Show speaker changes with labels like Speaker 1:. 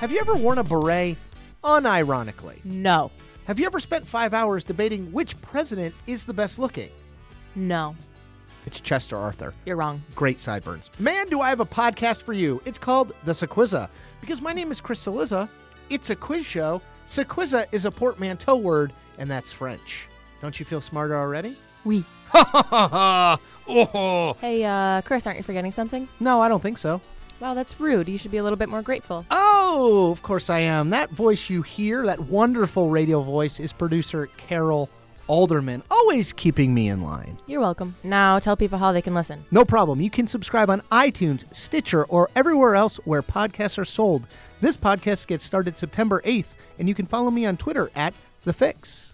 Speaker 1: Have you ever worn a beret unironically?
Speaker 2: No.
Speaker 1: Have you ever spent five hours debating which president is the best looking?
Speaker 2: No.
Speaker 1: It's Chester Arthur.
Speaker 2: You're wrong.
Speaker 1: Great sideburns. Man, do I have a podcast for you. It's called The Sequiza. Because my name is Chris Saliza. It's a quiz show. Sequiza is a portmanteau word, and that's French. Don't you feel smarter already?
Speaker 2: We.
Speaker 1: Ha ha ha ha! Oh!
Speaker 2: Hey, uh, Chris, aren't you forgetting something?
Speaker 1: No, I don't think so.
Speaker 2: Wow, that's rude. You should be a little bit more grateful.
Speaker 1: Oh, of course I am. That voice you hear, that wonderful radio voice, is producer Carol Alderman, always keeping me in line.
Speaker 2: You're welcome. Now tell people how they can listen.
Speaker 1: No problem. You can subscribe on iTunes, Stitcher, or everywhere else where podcasts are sold. This podcast gets started September 8th, and you can follow me on Twitter at The Fix.